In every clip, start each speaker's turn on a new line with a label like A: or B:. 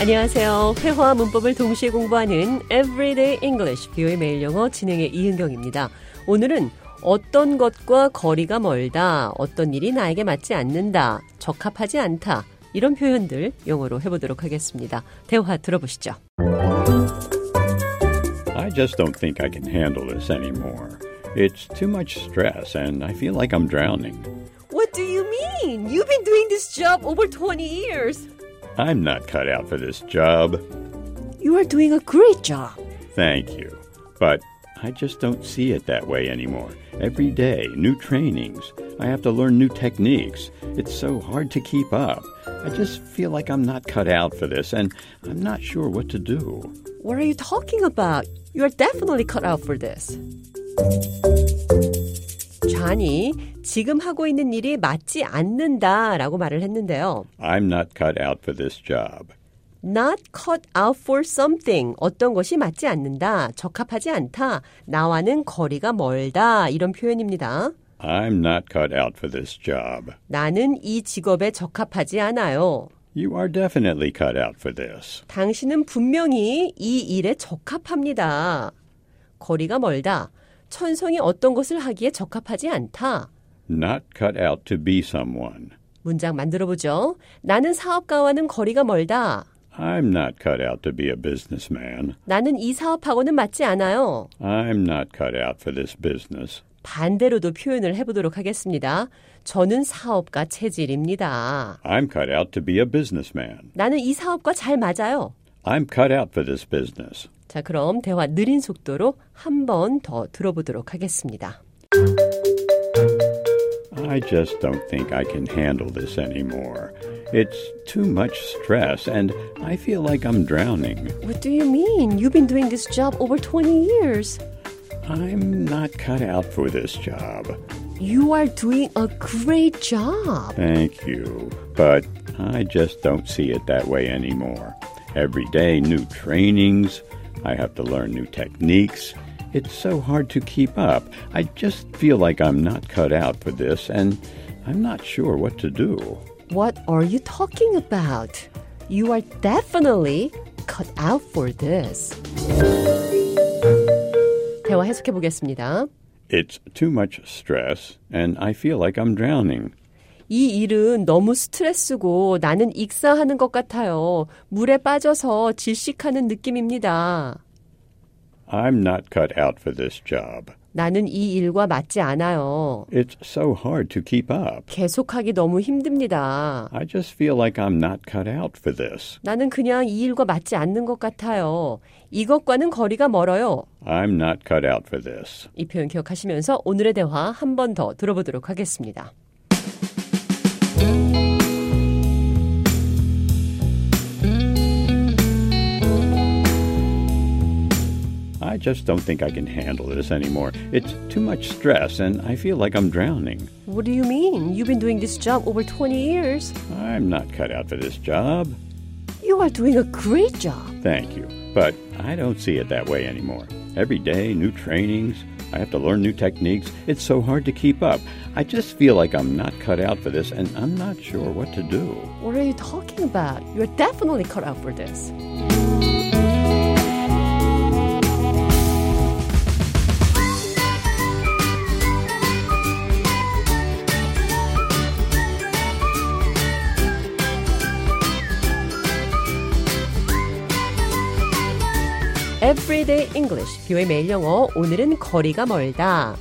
A: 안녕하세요. 회화와 문법을 동시에 공부하는 Everyday English 뷰의 매일 영어 진행의 이은경입니다. 오늘은 어떤 것과 거리가 멀다, 어떤 일이 나에게 맞지 않는다, 적합하지 않다 이런 표현들 영어로 해보도록 하겠습니다. 대화 들어보시죠.
B: I just don't think I can handle this anymore. It's too much stress, and I feel like I'm drowning.
A: What do you mean? You've been doing this job over 20 years.
B: I'm not cut out for this job.
A: You are doing a great job.
B: Thank you. But I just don't see it that way anymore. Every day, new trainings. I have to learn new techniques. It's so hard to keep up. I just feel like I'm not cut out for this, and I'm not sure what to do.
A: What are you talking about? You are definitely cut out for this. 좌니 지금 하고 있는 일이 맞지 않는다라고 말을 했는데요.
B: I'm not cut out for this job.
A: Not cut out for something. 어떤 것이 맞지 않는다, 적합하지 않다, 나와는 거리가 멀다 이런 표현입니다.
B: I'm not cut out for this job.
A: 나는 이 직업에 적합하지 않아요.
B: You are definitely cut out for this.
A: 당신은 분명히 이 일에 적합합니다. 거리가 멀다. 천성이 어떤 것을 하기에 적합하지 않다.
B: Not cut out to be someone.
A: 문장 만들어 보죠. 나는 사업가와는 거리가 멀다.
B: I'm not cut out to be a businessman.
A: 나는 이 사업하고는 맞지 않아요.
B: I'm not cut out for this business.
A: 반대로도 표현을 해보도록 하겠습니다. 저는 사업가 체질입니다.
B: I'm cut out to be a businessman.
A: 나는 이 사업과 잘 맞아요.
B: I'm cut out for this business.
A: 자, 그럼 대화 느린 속도로 한 번 더 들어보도록 하겠습니다.
B: I just don't think I can handle this anymore. It's too much stress, and I feel like I'm drowning.
A: What do you mean? You've been doing this job over 20 years.
B: I'm not cut out for this job.
A: You are doing a great job.
B: Thank you, but I just don't see it that way anymore. Every day, new trainings. I have to learn new techniques. It's so hard to keep up. I just feel like I'm not cut out for this, and I'm not sure what to do.
A: What are you talking about? You are definitely cut out for this. 대화 해석해 보겠습니다.
B: It's too much stress, and I feel like I'm drowning.
A: 이 일은 너무 스트레스고 나는 익사하는 것 같아요. 물에 빠져서 질식하는 느낌입니다.
B: I'm not cut out for this job.
A: 나는 이 일과 맞지 않아요.
B: It's so hard to keep up.
A: 계속하기 너무 힘듭니다.
B: I just feel like I'm not cut out for this.
A: 나는 그냥 이 일과 맞지 않는 것 같아요. 이것과는 거리가 멀어요.
B: I'm not cut out for this.
A: 이 표현 기억하시면서 오늘의 대화 한 번 더 들어보도록 하겠습니다.
B: I just don't think I can handle this anymore. It's too much stress, and I feel like I'm drowning.
A: What do you mean? You've been doing this job over 20 years.
B: I'm not cut out for this job.
A: You are doing a great job.
B: Thank you. But I don't see it that way anymore. Every day, new trainings. I have to learn new techniques. It's so hard to keep up. I just feel like I'm not cut out for this, and I'm not sure what to do.
A: What are you talking about? You're definitely cut out for this. Everyday English, 뷰의 매일 영어. 오늘은 거리가 멀다.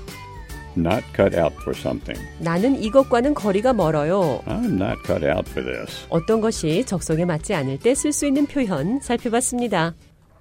B: Not cut out for something.
A: 나는 이것과는 거리가 멀어요.
B: I'm not cut out for this.
A: 어떤 것이 적성에 맞지 않을 때 쓸 수 있는 표현 살펴봤습니다.